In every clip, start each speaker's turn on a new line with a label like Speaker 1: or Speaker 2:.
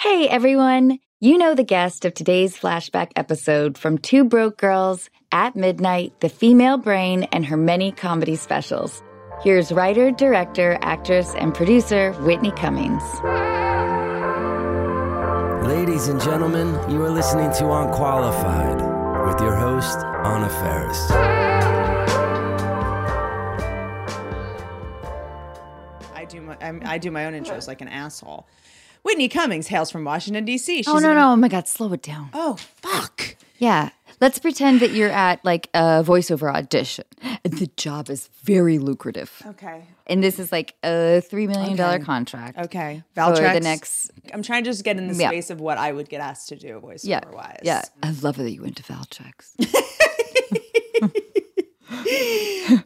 Speaker 1: Hey everyone! You know the guest of today's flashback episode from Two Broke Girls, At Midnight, The Female Brain, and her many comedy specials. Here's writer, director, actress, and producer Whitney Cummings.
Speaker 2: Ladies and gentlemen, you are listening to Unqualified with your host, Anna Ferris.
Speaker 3: I do my I'm, I do my own intros like an asshole. Whitney Cummings hails from Washington D.C. She's
Speaker 1: oh no,
Speaker 3: an-
Speaker 1: no! Oh my God, slow it down.
Speaker 3: Oh fuck!
Speaker 1: Yeah, let's pretend that you're at like a voiceover audition. The job is very lucrative,
Speaker 3: Okay,
Speaker 1: and this is like a three million dollar contract.
Speaker 3: okay.
Speaker 1: For
Speaker 3: Valtrex.
Speaker 1: the next,
Speaker 3: I'm trying to just get in the
Speaker 1: Yeah.
Speaker 3: space of what I would get asked to do, voiceover
Speaker 1: yeah,
Speaker 3: wise.
Speaker 1: yeah. I love that you went to Valtrex.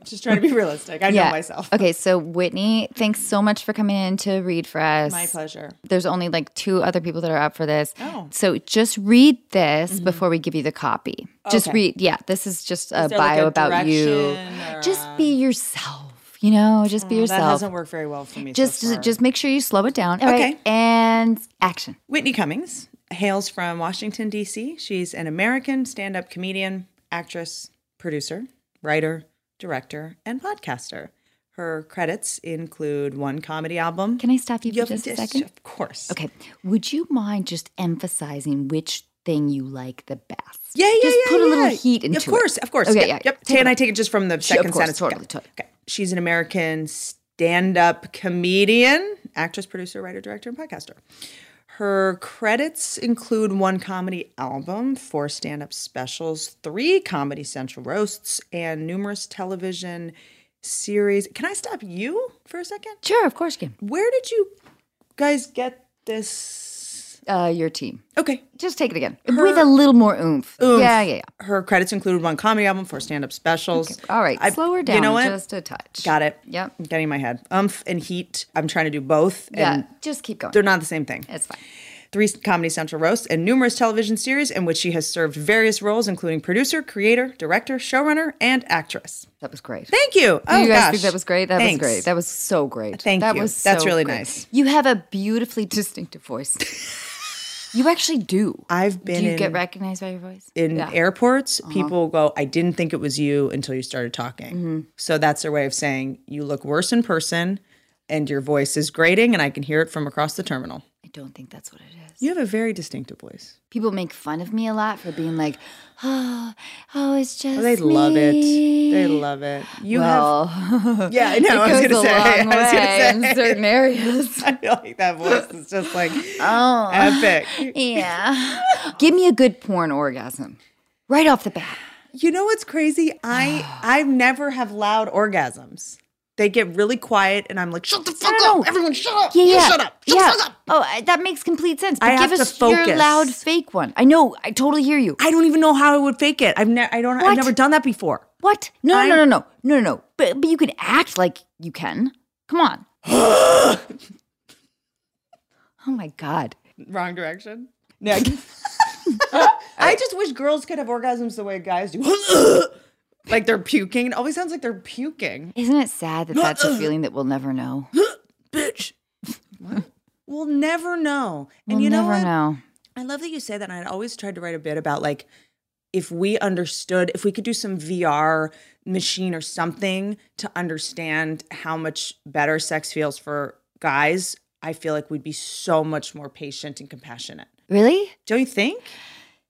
Speaker 3: Just trying to be realistic. I know myself.
Speaker 1: Okay, so Whitney, thanks so much for coming in to read for us.
Speaker 3: My pleasure.
Speaker 1: There's only like two other people that are up for this.
Speaker 3: Oh. Mm-hmm.
Speaker 1: So just read this before we give you the copy. Just
Speaker 3: Okay.
Speaker 1: read, yeah, this is just a
Speaker 3: Is there, like,
Speaker 1: bio
Speaker 3: a
Speaker 1: about you.
Speaker 3: direction or uh, Oh,
Speaker 1: Just be yourself, you know, just be
Speaker 3: That
Speaker 1: yourself.
Speaker 3: hasn't worked very well for me. so
Speaker 1: Just,
Speaker 3: far.
Speaker 1: just make sure you slow it down. All right,
Speaker 3: Okay.
Speaker 1: and action.
Speaker 3: Whitney Cummings hails from Washington, D.C. She's an American stand up comedian, actress, producer, writer, director, and podcaster. Her credits include one comedy album.
Speaker 1: Can I stop you for
Speaker 3: Yum
Speaker 1: just a
Speaker 3: Dish,
Speaker 1: second?
Speaker 3: Of course.
Speaker 1: Okay. Would you mind just emphasizing which thing you like the best?
Speaker 3: Yeah, yeah,
Speaker 1: Just
Speaker 3: yeah.
Speaker 1: put a little
Speaker 3: yeah.
Speaker 1: heat into
Speaker 3: Of course,
Speaker 1: it.
Speaker 3: of course.
Speaker 1: Okay,
Speaker 3: yep,
Speaker 1: yeah.
Speaker 3: Yep. Tay and I take it just from the
Speaker 1: Sure,
Speaker 3: second
Speaker 1: of course,
Speaker 3: sentence.
Speaker 1: totally,
Speaker 3: Yeah.
Speaker 1: totally.
Speaker 3: Okay. She's an American stand up comedian, actress, producer, writer, director, and podcaster. Her credits include one comedy album, four stand up specials, three Comedy Central roasts, and numerous television series. Can I stop you for a second?
Speaker 1: Sure, of course, Kim.
Speaker 3: Where did you guys get this?
Speaker 1: Uh, your team.
Speaker 3: Okay,
Speaker 1: Just take it again with a little more oomph. Yeah, yeah, yeah.
Speaker 3: her credits include one comedy album, four stand-up specials.
Speaker 1: All right,
Speaker 3: I-
Speaker 1: slower down.
Speaker 3: You know what?
Speaker 1: Just a touch.
Speaker 3: Got it.
Speaker 1: Yep.
Speaker 3: I'm getting in my head. Umph and heat. I'm trying to do both,
Speaker 1: Yeah,
Speaker 3: and
Speaker 1: just keep going.
Speaker 3: they're not the same thing.
Speaker 1: It's fine.
Speaker 3: Three Comedy Central roasts and numerous television series in which she has served various roles, including producer, creator, director, showrunner, and actress.
Speaker 1: That was great.
Speaker 3: Thank you.
Speaker 1: Do
Speaker 3: Oh
Speaker 1: you guys
Speaker 3: gosh,
Speaker 1: think that was great? That
Speaker 3: Thanks.
Speaker 1: was great. That was so great.
Speaker 3: Thank
Speaker 1: that
Speaker 3: you.
Speaker 1: Was so
Speaker 3: That's really
Speaker 1: great.
Speaker 3: nice.
Speaker 1: You have a beautifully distinctive voice. you actually do.
Speaker 3: I've been
Speaker 1: Do you
Speaker 3: in,
Speaker 1: get recognized by your voice?
Speaker 3: in
Speaker 1: yeah. Uh-huh.
Speaker 3: airports. People go, "I didn't think it was you until you started talking."
Speaker 1: Mm-hmm.
Speaker 3: So that's their way of saying you look worse in person, and your voice is grating, and I can hear it from across the terminal.
Speaker 1: I don't think that's what it is.
Speaker 3: You have a very distinctive voice.
Speaker 1: People make fun of me a lot for being like, oh, oh, it's just.
Speaker 3: They love it. They
Speaker 1: me."
Speaker 3: love it. You
Speaker 1: well,
Speaker 3: have yeah, I know. I was
Speaker 1: it
Speaker 3: gonna
Speaker 1: goes a
Speaker 3: say. I
Speaker 1: long way
Speaker 3: was gonna
Speaker 1: in
Speaker 3: say.
Speaker 1: certain areas.
Speaker 3: I feel like that voice is just like
Speaker 1: Oh,
Speaker 3: epic.
Speaker 1: yeah. Give me a good porn orgasm right off the bat.
Speaker 3: You know what's crazy? I I never have loud orgasms. They get really quiet, and I'm like, shut the fuck up, everyone, shut up,
Speaker 1: Yeah,
Speaker 3: You
Speaker 1: yeah.
Speaker 3: shut up, shut
Speaker 1: yeah.
Speaker 3: the fuck up.
Speaker 1: Oh, I- that makes complete sense. But
Speaker 3: I
Speaker 1: give
Speaker 3: have
Speaker 1: us
Speaker 3: to
Speaker 1: your
Speaker 3: focus.
Speaker 1: loud fake one. I know. I totally hear you.
Speaker 3: I don't even know how I would fake it. I've never, I don't,
Speaker 1: What?
Speaker 3: I've never done that before.
Speaker 1: What? No, no, no,
Speaker 3: I'm-
Speaker 1: no, no, no, no. But but you can act like you can. Come on. oh my god.
Speaker 3: Wrong direction. No. I just wish girls could have orgasms the way guys do. like they're puking. It always sounds like they're puking.
Speaker 1: Isn't it sad that that's a feeling that we'll never know?
Speaker 3: Bitch. we'll never know. And
Speaker 1: We'll
Speaker 3: you know
Speaker 1: never
Speaker 3: what?
Speaker 1: know.
Speaker 3: I love that you say that. And I'd always tried to write a bit about like if we understood, if we could do some VR machine or something to understand how much better sex feels for guys, I feel like we'd be so much more patient and compassionate.
Speaker 1: Really?
Speaker 3: Don't you think?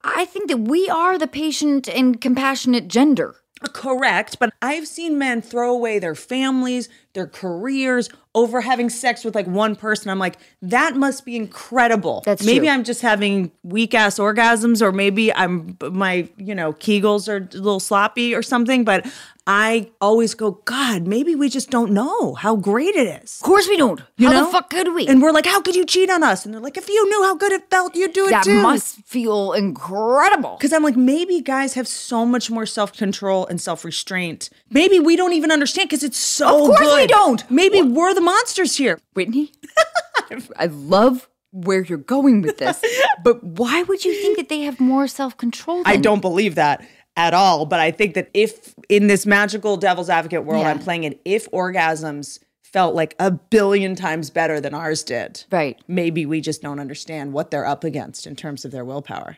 Speaker 1: I think that we are the patient and compassionate gender.
Speaker 3: Correct, but I've seen men throw away their families, their careers over having sex with like one person. I'm like, that must be incredible.
Speaker 1: That's
Speaker 3: maybe
Speaker 1: true.
Speaker 3: I'm just having weak ass orgasms, or maybe I'm my you know Kegels are a little sloppy or something. But I always go, God, maybe we just don't know how great it is.
Speaker 1: Of course we don't.
Speaker 3: You
Speaker 1: How
Speaker 3: know?
Speaker 1: the fuck could we?
Speaker 3: And we're like, how could you cheat on us? And they're like, if you knew how good it felt, you'd do it
Speaker 1: that
Speaker 3: too.
Speaker 1: must feel incredible.
Speaker 3: Because I'm like, maybe guys have so much more self control and self restraint. Maybe we don't even understand because it's so.
Speaker 1: Of course we
Speaker 3: good.
Speaker 1: don't.
Speaker 3: Maybe we're the monsters here.
Speaker 1: Brittany, I love where you're going with this, but why would you think that they have more self control?
Speaker 3: I don't believe that at all. But I think that if in this magical devil's advocate world
Speaker 1: Yeah.
Speaker 3: I'm playing it, if orgasms felt like a billion times better than ours did,
Speaker 1: Right.
Speaker 3: maybe we just don't understand what they're up against in terms of their willpower.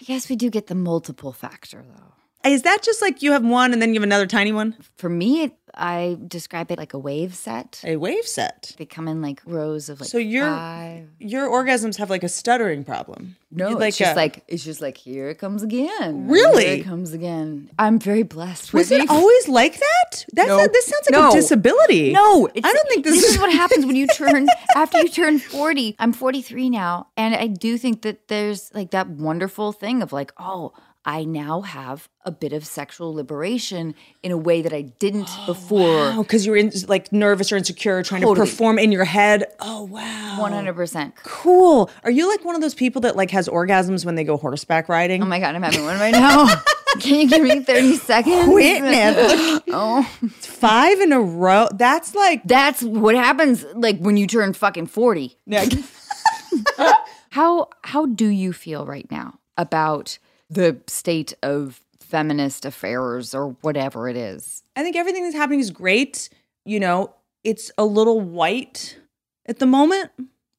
Speaker 1: I guess we do get the multiple factor though.
Speaker 3: Is that just like you have one and then you have another tiny one?
Speaker 1: For me, it, I describe it like a wave set.
Speaker 3: A wave set.
Speaker 1: They come in like rows of like
Speaker 3: So your
Speaker 1: five.
Speaker 3: your orgasms have like a stuttering problem.
Speaker 1: No,
Speaker 3: like
Speaker 1: it's just
Speaker 3: a-
Speaker 1: like it's just like here it comes again.
Speaker 3: Really?
Speaker 1: here it comes again. I'm very blessed.
Speaker 3: Was
Speaker 1: Whitney.
Speaker 3: it always like that? That's
Speaker 1: No.
Speaker 3: this sounds like
Speaker 1: No.
Speaker 3: a disability.
Speaker 1: No, it's,
Speaker 3: I don't think this,
Speaker 1: is what happens when you turn after you turn forty. I'm 43 now, and I do think that there's like that wonderful thing of like, oh, I now have a bit of sexual liberation in a way that I didn't before.
Speaker 3: Oh, because you were in, like nervous or insecure, trying
Speaker 1: Totally.
Speaker 3: to perform in your head. Oh wow,
Speaker 1: 100. percent Oh
Speaker 3: cool. Are you like one of those people that like has orgasms when they go horseback riding?
Speaker 1: Oh my god, I'm having one right now. Can you give me 30 seconds?
Speaker 3: Quit, man.
Speaker 1: oh,
Speaker 3: Five in a row. That's like
Speaker 1: that's what happens like when you turn fucking 40. How how do you feel right now about the state of feminist affairs or whatever it is?
Speaker 3: I think everything that's happening is great. You know, it's a little white at the moment.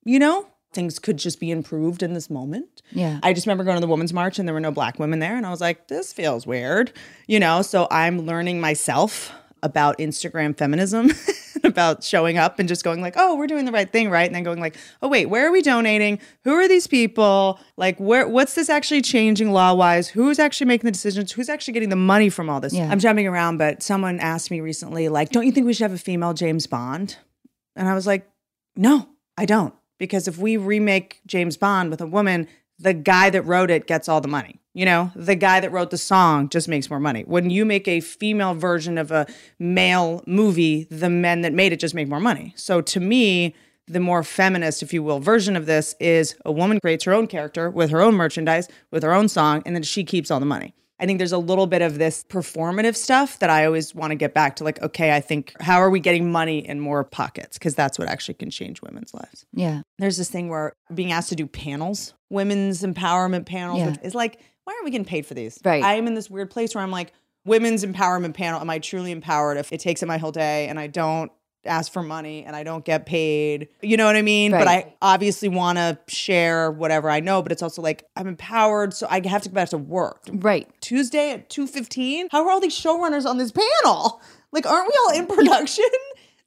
Speaker 3: You know, things could just be improved in this moment.
Speaker 1: Yeah.
Speaker 3: I just remember going to the Women's March and there were no black women there. And I was like, this feels weird. You know, so I'm learning myself about Instagram feminism, about showing up and just going like, oh, we're doing the right thing, right? And then going like, oh, wait, where are we donating? Who are these people? Like, where, what's this actually changing law wise? Who's actually making the decisions? Who's actually getting the money from all this?
Speaker 1: Yeah.
Speaker 3: I'm jumping around, but someone asked me recently, like, don't you think we should have a female James Bond? And I was like, no, I don't. Because if we remake James Bond with a woman, the guy that wrote it gets all the money. You know, the guy that wrote the song just makes more money. When you make a female version of a male movie, the men that made it just make more money. So to me, the more feminist, if you will, version of this is a woman creates her own character with her own merchandise, with her own song, and then she keeps all the money. I think there's a little bit of this performative stuff that I always want to get back to like, okay, I think, how are we getting money in more pockets? Because that's what actually can change women's lives.
Speaker 1: Yeah.
Speaker 3: There's this thing where being asked to do panels, women's empowerment panels,
Speaker 1: Yeah.
Speaker 3: which is like, why aren't we getting paid for these?
Speaker 1: Right.
Speaker 3: I am in this weird place where I'm like, women's empowerment panel, am I truly empowered if it takes up my whole day and I don't ask for money and I don't get paid? You know what I mean? But
Speaker 1: Right.
Speaker 3: I obviously want to share whatever I know, but it's also like, I'm empowered, so I have to go back to work.
Speaker 1: Right.
Speaker 3: Tuesday at 2:15? How are all these showrunners on this panel? Like aren't we all in production?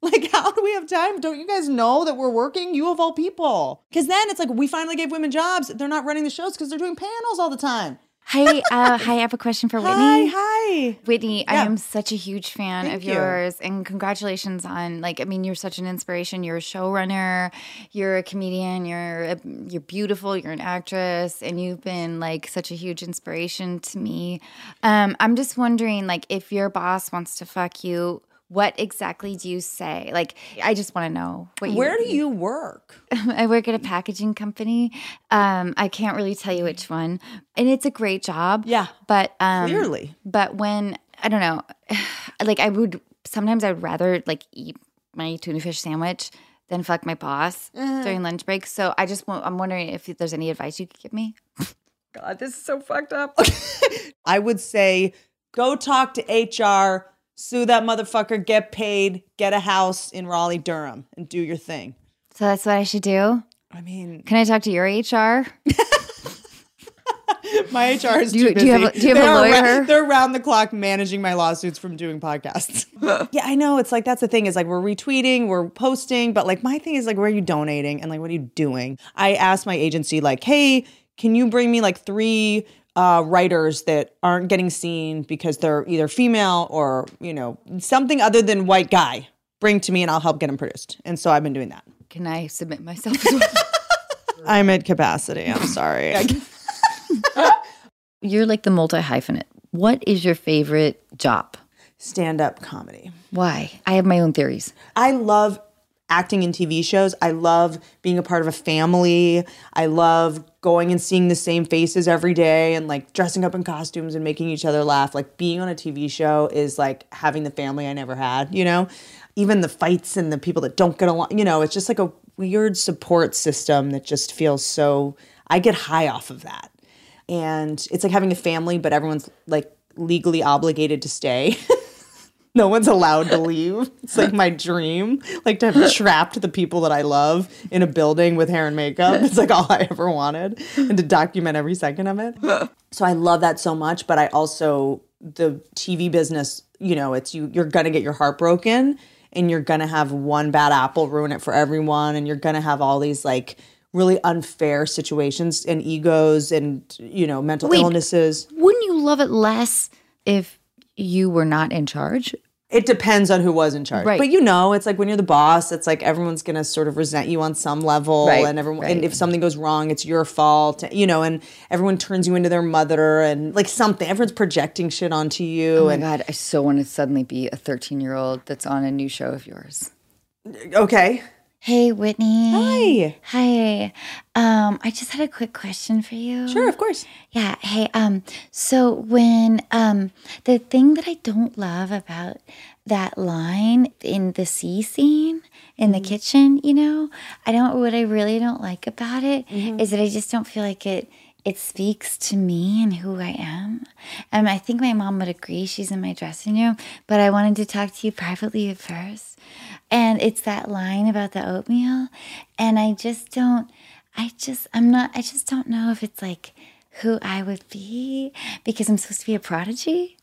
Speaker 3: Like, how do we have time? Don't you guys know that we're working? You of all people. Because then it's like, we finally gave women jobs. They're not running the shows because they're doing panels all the time.
Speaker 1: Hi, uh, hi, I have a question for
Speaker 3: Hi,
Speaker 1: Whitney.
Speaker 3: hi.
Speaker 1: Whitney, I
Speaker 3: Yeah.
Speaker 1: am such a huge fan
Speaker 3: Thank
Speaker 1: of
Speaker 3: you.
Speaker 1: yours and congratulations on like I mean you're such an inspiration. You're a showrunner, you're a comedian, you're a, you're beautiful, you're an actress and you've been like such a huge inspiration to me. Um I'm just wondering like if your boss wants to fuck you, what exactly do you say? Like I just want to know what you
Speaker 3: Where do you work?
Speaker 1: I work at a packaging company. Um, I can't really tell you which one, and it's a great job.
Speaker 3: Yeah.
Speaker 1: but um,
Speaker 3: Clearly.
Speaker 1: But when I don't know, like I would sometimes I'd rather like eat my tuna fish sandwich than fuck my boss
Speaker 4: Mm-hmm.
Speaker 1: during lunch break. So I just want, I'm wondering if there's any advice you could give me.
Speaker 3: God, this is so fucked up. I would say go talk to HR, sue that motherfucker, get paid, get a house in Raleigh, Durham, and do your thing.
Speaker 1: So that's what I should do.
Speaker 3: I mean,
Speaker 1: Can I talk to your HR?
Speaker 3: My HR is
Speaker 1: Do you-
Speaker 3: too
Speaker 1: do
Speaker 3: busy.
Speaker 1: you have a- do you have a
Speaker 3: they're arou-
Speaker 1: lawyer?
Speaker 3: they're around the clock managing my lawsuits from doing podcasts. yeah, I know. It's like that's the thing is like we're retweeting, we're posting, but like my thing is like where are you donating and like what are you doing? I asked my agency like, hey, can you bring me like three uh, writers that aren't getting seen because they're either female or you know something other than white guy. bring to me and I'll help get them produced. And so I've been doing that.
Speaker 4: Can I submit myself as well?
Speaker 3: I'm at capacity. I'm sorry.
Speaker 4: You're like the multi hyphenate. What is your favorite job?
Speaker 3: Stand up comedy.
Speaker 4: Why? I have my own theories.
Speaker 3: I love acting in TV shows. I love being a part of a family. I love going and seeing the same faces every day and like dressing up in costumes and making each other laugh. Like being on a TV show is like having the family I never had, you know? Even the fights and the people that don't get along, you know, it's just like a weird support system that just feels so I get high off of that. And it's like having a family but everyone's like legally obligated to stay. no one's allowed to leave. It's like my dream, like to have trapped the people that I love in a building with hair and makeup. It's like all I ever wanted, and to document every second of it. So I love that so much, but I also the TV business. You know, it's you. You're gonna get your heart broken, and you're gonna have one bad apple ruin it for everyone, and you're gonna have all these like really unfair situations and egos and you know mental
Speaker 4: Wait.
Speaker 3: illnesses.
Speaker 4: Wouldn't you love it less if you were not in charge?
Speaker 3: It depends on who was in charge.
Speaker 4: Right.
Speaker 3: But you know, it's like when you're the boss, it's like everyone's going to sort of resent you on some level
Speaker 4: Right,
Speaker 3: and everyone
Speaker 4: right.
Speaker 3: and if something goes wrong, it's your fault, you know, and everyone turns you into their mother and like something everyone's projecting shit onto you
Speaker 4: Oh my
Speaker 3: and
Speaker 4: God, I so want to suddenly be a 13 year old that's on a new show of yours.
Speaker 3: okay.
Speaker 4: Hey,
Speaker 3: Hi.
Speaker 4: Whitney. Hi. Um, I just had a quick question for you.
Speaker 3: Sure, of course.
Speaker 4: Yeah. Hey. Um. So when um the thing that I don't love about that line in the sea scene in the kitchen, you know, I don't. What I really don't like about it is that I just don't feel like it. It speaks to me and who I am. Um, I think my mom would agree. She's in my dressing room, but I wanted to talk to you privately at first. And it's that line about the oatmeal. And I just don't, I just, I'm not, I just don't know if it's like who I would be because I'm supposed to be a prodigy.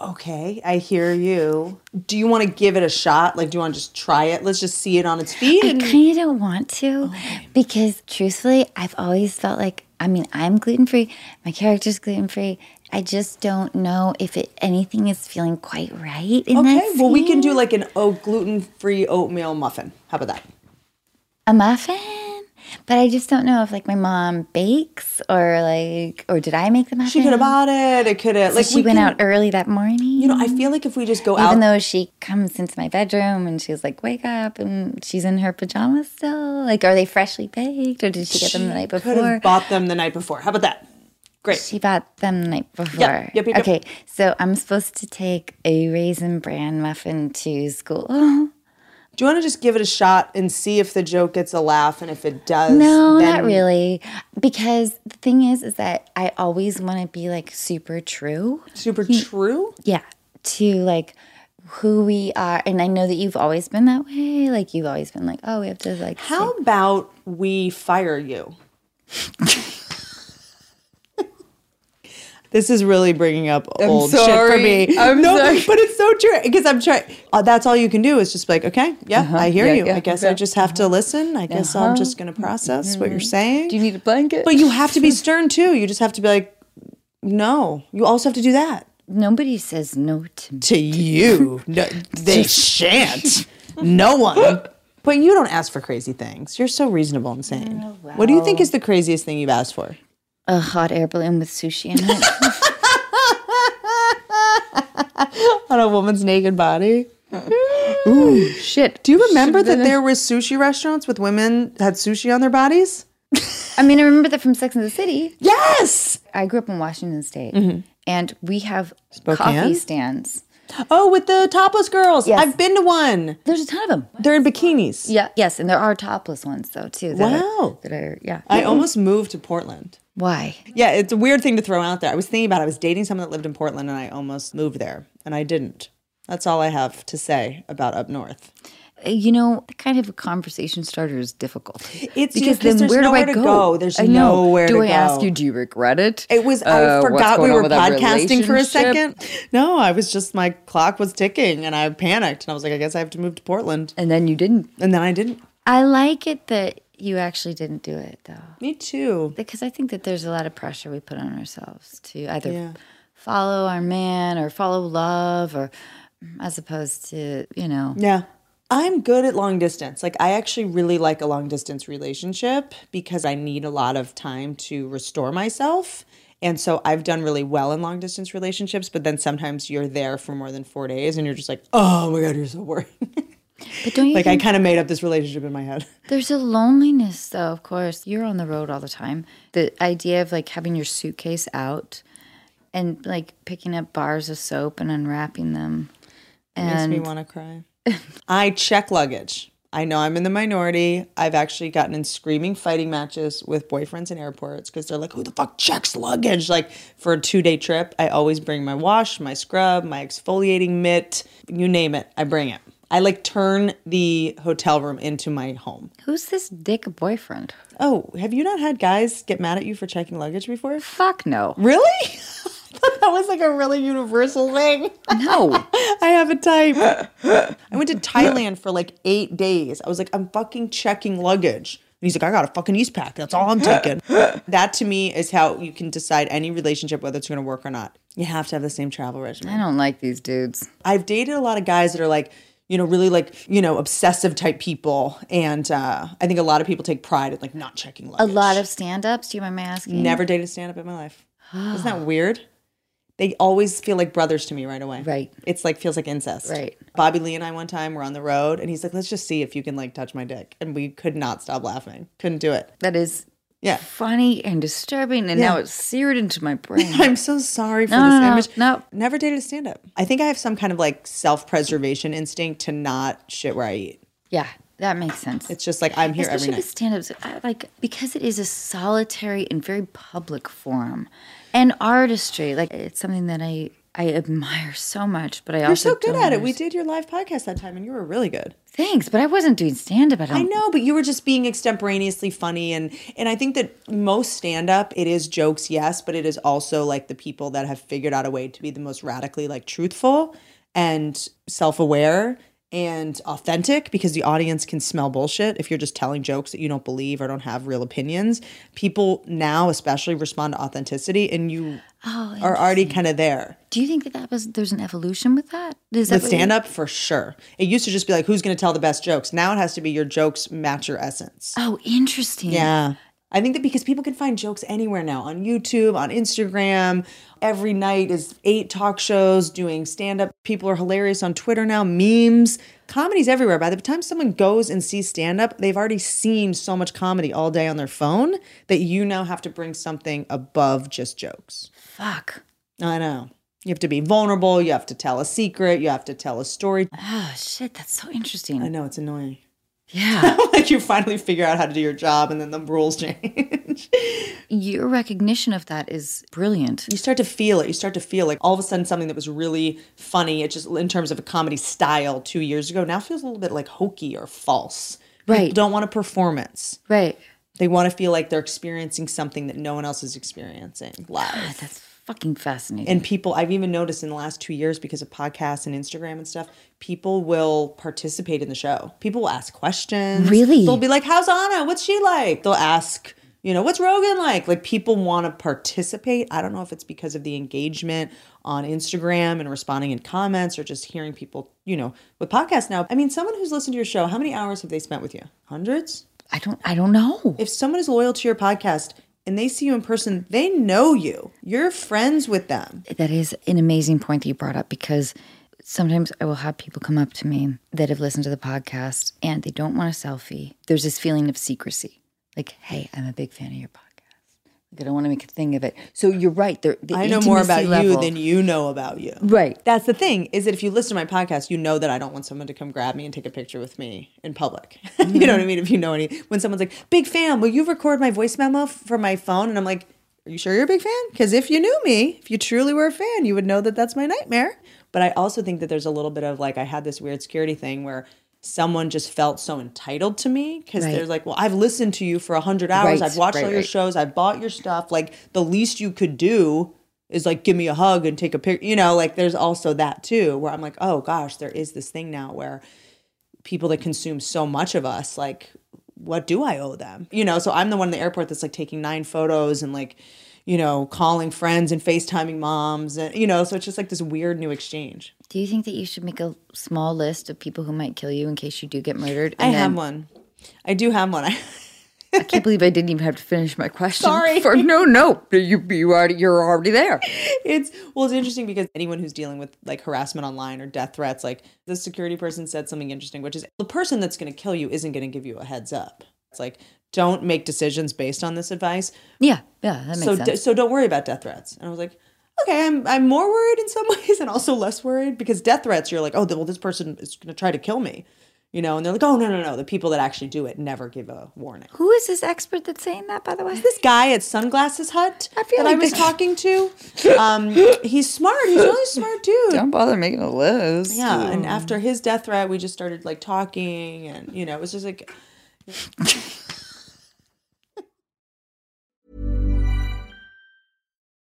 Speaker 3: Okay, I hear you. Do you want to give it a shot? Like do you want to just try it? Let's just see it on its feet
Speaker 4: I
Speaker 3: and
Speaker 4: kind of don't want
Speaker 3: Oh,
Speaker 4: to because truthfully, I've always felt like, I mean, I'm gluten free, my character's gluten free. I just don't know if it, anything is feeling quite right in
Speaker 3: Okay,
Speaker 4: that.
Speaker 3: well we can do
Speaker 4: scene.
Speaker 3: like an oh, gluten-free oatmeal muffin. How about that?
Speaker 4: a muffin but i just don't know if like my mom bakes or like or did i make the muffin
Speaker 3: She could have bought it. It could have
Speaker 4: like
Speaker 3: like
Speaker 4: she
Speaker 3: can-
Speaker 4: went out early that morning
Speaker 3: You know, I feel like if we just go out
Speaker 4: even though she comes into my bedroom and she's like wake up and she's in her pajamas still like are they freshly baked or did she get them the night
Speaker 3: could
Speaker 4: before
Speaker 3: have bought them the night before. How about that? Great.
Speaker 4: she bought them the night before.
Speaker 3: yep, yep, yep.
Speaker 4: Okay, so I'm supposed to take a raisin bran muffin to
Speaker 3: Oh,
Speaker 4: school.
Speaker 3: Do you want to just give it a shot and see if the joke gets a laugh? And if it does,
Speaker 4: No,
Speaker 3: then
Speaker 4: not really. Because the thing is, is that I always want to be like super true.
Speaker 3: Super true.
Speaker 4: Yeah. To like who we are. And I know that you've always been that way. Like you've always been like, oh, we have to like. say-
Speaker 3: How about we fire you? this is really bringing up old shit for
Speaker 4: sorry.
Speaker 3: me.
Speaker 4: I'm
Speaker 3: no,
Speaker 4: sorry.
Speaker 3: but it's so true because I'm trying. Uh, that's all you can do is just be like, okay, yeah, I hear
Speaker 4: Uh-huh. yeah,
Speaker 3: you.
Speaker 4: yeah,
Speaker 3: I guess I
Speaker 4: yeah. Uh-huh. Mm-hmm.
Speaker 3: just have to listen. I guess I'm just going to process what you're saying.
Speaker 4: Do you need a blanket?
Speaker 3: But you have to be stern too. You just have to be like, no. You also have to do that
Speaker 4: Nobody says no to me.
Speaker 3: to you. No, they shan't. No one. But you don't ask for crazy things. You're so reasonable and sane. What do you think is the craziest thing you've asked for?
Speaker 4: A hot air balloon with sushi in it.
Speaker 3: On a woman's naked body.
Speaker 4: Shit.
Speaker 3: Do you remember that there were sushi restaurants with women that had sushi on their bodies?
Speaker 4: I mean, I remember that from Sex and the City.
Speaker 3: Yes.
Speaker 4: I grew up in Washington State. And we have coffee
Speaker 3: Spokane?
Speaker 4: stands.
Speaker 3: Oh, with the topless girls.
Speaker 4: Yes.
Speaker 3: I've been to one.
Speaker 4: There's a ton of them.
Speaker 3: They're in bikinis.
Speaker 4: Yeah. Yes, and there are topless ones though too. That
Speaker 3: Wow.
Speaker 4: Are, that are yeah.
Speaker 3: I almost moved to Portland.
Speaker 4: Why?
Speaker 3: Yeah, it's a weird thing to throw out there. I was thinking about it. I was dating someone that lived in Portland and I almost moved there and I didn't. That's all I have to say about up north.
Speaker 4: You know, that kind of a conversation starter is difficult.
Speaker 3: It's there's nowhere to go. There's
Speaker 4: I know.
Speaker 3: nowhere
Speaker 4: do
Speaker 3: to
Speaker 4: I ask
Speaker 3: go.
Speaker 4: you? Do you regret it?
Speaker 3: It was
Speaker 4: Uh,
Speaker 3: I
Speaker 4: what's
Speaker 3: forgot we
Speaker 4: going on
Speaker 3: were
Speaker 4: with our
Speaker 3: podcasting for a
Speaker 4: relationship?
Speaker 3: second. No, I was just my clock was ticking and I panicked and I was like I guess I have to move to Portland.
Speaker 4: and then you didn't.
Speaker 3: And then I didn't.
Speaker 4: I like it that you actually didn't do it though,
Speaker 3: Me too.
Speaker 4: because I think that there's a lot of pressure we put on ourselves to either
Speaker 3: Yeah.
Speaker 4: follow our man or follow love, or as opposed mm, to you know
Speaker 3: Yeah. I'm good at long distance. Like, I actually really like a long distance relationship because I need a lot of time to restore myself. And so I've done really well in long distance relationships, but then sometimes you're there for more than four days and you're just like, oh my God, you're so boring.
Speaker 4: But don't you
Speaker 3: like, I
Speaker 4: think
Speaker 3: kind of made up this relationship in my head.
Speaker 4: there's a loneliness though, of course. You're on the road all the time. The idea of like having your suitcase out and like picking up bars of soap and unwrapping them.
Speaker 3: Makes
Speaker 4: And
Speaker 3: me want to cry. I check luggage. I know I'm in the minority. I've actually gotten in screaming fighting matches with boyfriends in airports because they're like, who the fuck checks luggage? Like for a two day trip, I always bring my wash, my scrub, my exfoliating mitt, you name it, I bring it. I like turn the hotel room into my home.
Speaker 4: who's this dick boyfriend?
Speaker 3: Oh, have you not had guys get mad at you for checking luggage before?
Speaker 4: Fuck no.
Speaker 3: Really? I thought that was like a really universal thing.
Speaker 4: No.
Speaker 3: I have a type. I went to Thailand for like eight days. I was like, I'm fucking checking luggage. And he's like, I got a fucking East pack. That's all I'm taking. that to me is how you can decide any relationship whether it's going to work or not. You have to have the same travel regimen.
Speaker 4: I don't like these dudes.
Speaker 3: I've dated a lot of guys that are like, you know, really like, you know, obsessive type people. And uh, I think a lot of people take pride in like not checking
Speaker 4: A
Speaker 3: luggage.
Speaker 4: lot of stand ups, do you mind my asking?
Speaker 3: Never dated stand up in my life. Isn't that weird? They always feel like brothers to me right away.
Speaker 4: Right.
Speaker 3: It's like feels like incest.
Speaker 4: Right.
Speaker 3: Bobby Lee and I one time were on the road and he's like, let's just see if you can like touch my dick. And we could not stop laughing. Couldn't do it.
Speaker 4: That is
Speaker 3: Yeah.
Speaker 4: funny and disturbing and
Speaker 3: Yeah.
Speaker 4: now it's seared into my brain.
Speaker 3: I'm so sorry for
Speaker 4: No,
Speaker 3: this
Speaker 4: no, no,
Speaker 3: image.
Speaker 4: no.
Speaker 3: Never dated a stand up. I think I have some kind of like self preservation instinct to not shit where I eat.
Speaker 4: yeah, that makes sense.
Speaker 3: It's just like I'm here every
Speaker 4: Especially
Speaker 3: night.
Speaker 4: with stand-ups, I, like because it is a solitary and very public form, and artistry, like it's something that I I admire so much. But I
Speaker 3: You're so
Speaker 4: also
Speaker 3: good
Speaker 4: don't
Speaker 3: at it. We
Speaker 4: understand-
Speaker 3: did your live podcast that time and you were really good.
Speaker 4: thanks, but I wasn't doing stand-up. I don't.
Speaker 3: I know, but you were just being extemporaneously funny and and I think that most stand up it is jokes, yes, but it is also like the people that have figured out a way to be the most radically like truthful and self-aware and authentic because the audience can smell bullshit if you're just telling jokes that you don't believe or don't have real opinions. People now especially respond to authenticity and you are already kind of there.
Speaker 4: Do you think that that was there's an evolution with that? Is that
Speaker 3: With stand up for sure. It used to just be like who's going to tell the best jokes. Now it has to be your jokes match your essence.
Speaker 4: Oh, interesting.
Speaker 3: Yeah. I think that because people can find jokes anywhere now on YouTube, on Instagram. Every night is eight talk shows doing stand up. People are hilarious on Twitter now, memes, comedy's everywhere. By the time someone goes and sees stand up, they've already seen so much comedy all day on their phone that you now have to bring something above just jokes.
Speaker 4: Fuck.
Speaker 3: I know. You have to be vulnerable. You have to tell a secret. You have to tell a story.
Speaker 4: Oh shit, that's so
Speaker 3: I
Speaker 4: interesting.
Speaker 3: know it's annoying.
Speaker 4: Yeah.
Speaker 3: like you finally figure out how to do your job and then the rules change.
Speaker 4: Your recognition of that is brilliant.
Speaker 3: you start to feel it. You start to feel like all of a sudden something that was really funny, it just in terms of a comedy style two years ago, now feels a little bit like hokey or false.
Speaker 4: Right.
Speaker 3: People don't want a performance.
Speaker 4: Right.
Speaker 3: They want to feel like they're experiencing something that no one else is experiencing live.
Speaker 4: God, that's fucking fascinating.
Speaker 3: And people, I've even noticed in the last two years because of podcasts and Instagram and stuff, people will participate in the show. People will ask questions.
Speaker 4: Really?
Speaker 3: They'll be like, How's Anna? What's she like? They'll ask, you know, what's Rogan like? Like people want to participate. I don't know if it's because of the engagement on Instagram and responding in comments or just hearing people, you know, with podcasts now. I mean, someone who's listened to your show, how many hours have they spent with you? Hundreds?
Speaker 4: I don't. I don't know.
Speaker 3: If someone is loyal to your podcast, and they see you in person, they know you. You're friends with them.
Speaker 4: That is an amazing point that you brought up because sometimes I will have people come up to me that have listened to the podcast and they don't want a selfie. There's this feeling of secrecy. Like, hey, I'm a big fan of your podcast. Like, I don't want to make a thing of it. So you're right. There, the
Speaker 3: I know more about
Speaker 4: intimacy
Speaker 3: you
Speaker 4: level-
Speaker 3: than you know about you.
Speaker 4: Right.
Speaker 3: That's the thing is that if you listen to my podcast, you know that I don't want someone to come grab me and take a picture with me in public. you know what I
Speaker 4: Mm-hmm.
Speaker 3: mean? If you know any, when someone's like, "Big fan, will you record my voice memo f- for my phone?" and I'm like, "Are you sure you're a big fan? Because if you knew me, if you truly were a fan, you would know that that's my nightmare." But I also think that there's a little bit of like I had this weird security thing where someone just felt so entitled to me because
Speaker 4: Right.
Speaker 3: they're like, "Well, I've listened to you for a hundred hours.
Speaker 4: Right,
Speaker 3: I've watched
Speaker 4: right,
Speaker 3: all your
Speaker 4: right.
Speaker 3: shows. I've bought your stuff. Like the least you could do is like give me a hug and take a picture. You know, like there's also that too, where I'm like, oh gosh, there is this thing now where people that consume so much of us, like, what do I owe them? You know, so I'm the one in the airport that's like taking nine photos and like, you know, calling friends and FaceTiming moms. And, you know, so it's just like this weird new exchange.
Speaker 1: Do you think that you should make a small list of people who might kill you in case you do get murdered?
Speaker 3: I
Speaker 1: And
Speaker 3: have
Speaker 1: then-
Speaker 3: one. I do have one.
Speaker 1: I can't believe I didn't even have to finish my question.
Speaker 3: Sorry.
Speaker 1: For no, no, you you already you're already there.
Speaker 3: it's well it's interesting because anyone who's dealing with like harassment online or death threats like the security person said something interesting which is the person that's going to kill you isn't going to give you a heads up it's like don't make decisions based on this advice
Speaker 1: Yeah, yeah, that makes
Speaker 3: so
Speaker 1: sense.
Speaker 3: d- so don't worry about death threats and i was like okay i'm i'm more worried in some ways and also less worried because death threats you're like oh well this person is going to try to kill me you know and they're like oh no no no the people that actually do it never give a warning
Speaker 1: Who is this expert that's saying that? By the way,
Speaker 3: this guy at Sunglasses Hut
Speaker 1: I feel
Speaker 3: that I
Speaker 1: like
Speaker 3: was
Speaker 1: this-
Speaker 3: talking to. Um, he's smart. He's a really smart dude.
Speaker 1: bother making a list.
Speaker 3: Yeah, and after his death threat, we just started like talking, and you know, it was just like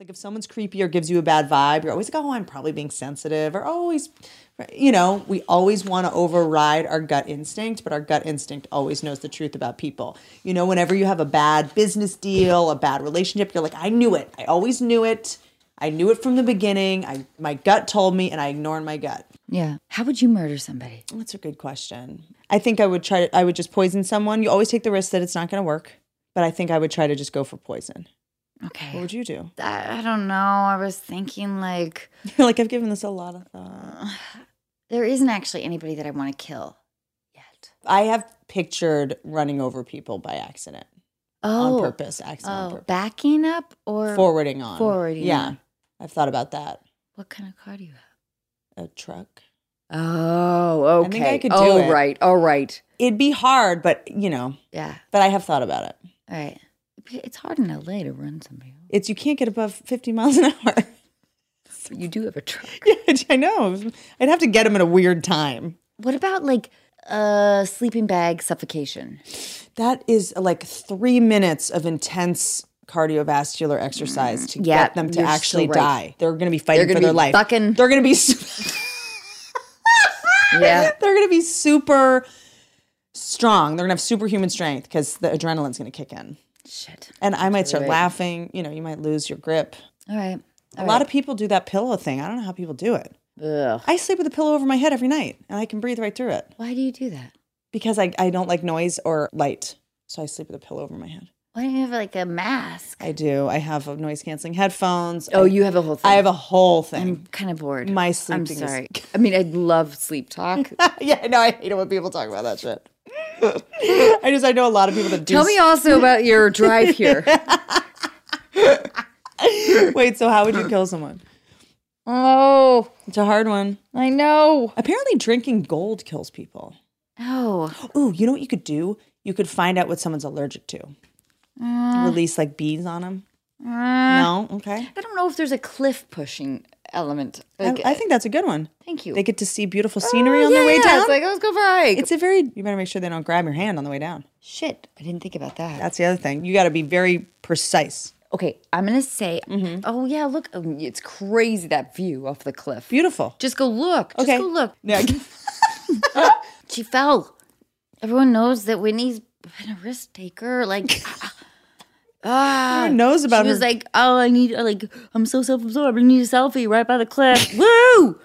Speaker 3: like if someone's creepy or gives you a bad vibe, you're always like, oh, I'm probably being sensitive, or always, you know, we always want to override our gut instinct, but our gut instinct always knows the truth about people. You know, whenever you have a bad business deal, a bad relationship, you're like, I knew it. I always knew it. I knew it from the beginning. I my gut told me, and I ignored my gut.
Speaker 1: yeah. How would you murder somebody?
Speaker 3: That's a good question. I think I would try to, I would just poison someone. You always take the risk that it's not going to work, but I think I would try to just go for poison.
Speaker 1: Okay,
Speaker 3: What would you do?
Speaker 1: I, I don't know. I was thinking like
Speaker 3: like I've given this a lot of thought.
Speaker 1: there isn't actually anybody that I want to kill yet.
Speaker 3: I have pictured running over people by accident,
Speaker 1: Oh,
Speaker 3: on purpose, accident on
Speaker 1: Oh,
Speaker 3: purpose.
Speaker 1: backing up or
Speaker 3: forwarding on.
Speaker 1: forwarding
Speaker 3: Yeah.
Speaker 1: on.
Speaker 3: I've thought about that.
Speaker 1: What kind of car do you have?
Speaker 3: A truck.
Speaker 1: Oh, okay.
Speaker 3: I think I could do
Speaker 1: oh,
Speaker 3: it.
Speaker 1: right. All right.
Speaker 3: It'd be hard, but you know,
Speaker 1: Yeah.
Speaker 3: but I have thought about it.
Speaker 1: All right. It's hard in LA to run somebody. over.
Speaker 3: It's you can't get above 50 miles an hour.
Speaker 1: You do have a truck.
Speaker 3: yeah, I know. I'd have to get them at a weird time.
Speaker 1: What about like uh sleeping bag suffocation?
Speaker 3: That is like three minutes of intense cardiovascular exercise to
Speaker 1: Yeah,
Speaker 3: get them to
Speaker 1: you're so
Speaker 3: actually
Speaker 1: right.
Speaker 3: die. They're going to be fighting
Speaker 1: gonna
Speaker 3: for their
Speaker 1: be
Speaker 3: life.
Speaker 1: bucking.
Speaker 3: They're going to be.
Speaker 1: Yeah.
Speaker 3: They're going to be super strong. They're going to have superhuman strength because the adrenaline's going to kick in.
Speaker 1: Shit.
Speaker 3: And I might start laughing. You know, you might lose your grip.
Speaker 1: All right.
Speaker 3: a lot of people do that pillow thing. I don't know how people do it.
Speaker 1: Ugh.
Speaker 3: I sleep with a pillow over my head every night and I can breathe right through it
Speaker 1: Why do you do that?
Speaker 3: because I, I don't like noise or light. So I sleep with a pillow over my head.
Speaker 1: Why don't you have like a mask?
Speaker 3: I do. I have a noise canceling headphones.
Speaker 1: oh,
Speaker 3: I-
Speaker 1: you have a whole thing.
Speaker 3: I have a whole
Speaker 1: I'm
Speaker 3: thing.
Speaker 1: kind of bored.
Speaker 3: My
Speaker 1: I'm
Speaker 3: sleeping is-
Speaker 1: sorry. I mean, I love sleep talk.
Speaker 3: yeah, I know. I hate it when people talk about that shit. I just I know a lot of people that do.
Speaker 1: Tell me also about your drive here.
Speaker 3: Wait, so how would you kill someone?
Speaker 1: oh,
Speaker 3: It's a hard one.
Speaker 1: I know.
Speaker 3: Apparently, drinking gold kills people.
Speaker 1: Oh,
Speaker 3: Ooh, you know what you could do? You could find out what someone's allergic to.
Speaker 1: Uh.
Speaker 3: Release like bees on them. no, okay.
Speaker 1: I don't know if there's a cliff pushing element.
Speaker 3: I-
Speaker 1: Like,
Speaker 3: I, think that's a good one.
Speaker 1: Thank you. Oh,
Speaker 3: They get to see beautiful scenery on
Speaker 1: yeah,
Speaker 3: their way
Speaker 1: yeah,
Speaker 3: down.
Speaker 1: It's like let's go for a hike.
Speaker 3: It's a very. You better make sure they don't grab your hand on the way down.
Speaker 1: Shit, I didn't think about that.
Speaker 3: That's the other thing. You got to be very precise.
Speaker 1: okay, I'm gonna say. Oh yeah, look, oh, it's crazy that view off the cliff.
Speaker 3: Beautiful.
Speaker 1: Just go look. Just
Speaker 3: Okay.
Speaker 1: go look.
Speaker 3: Yeah.
Speaker 1: She fell. Everyone knows that Whitney's been a risk taker. Like, ah,
Speaker 3: Everyone knows about
Speaker 1: She
Speaker 3: her.
Speaker 1: was like, oh, I need like I'm so self absorbed. I need a selfie right by the cliff. Woo!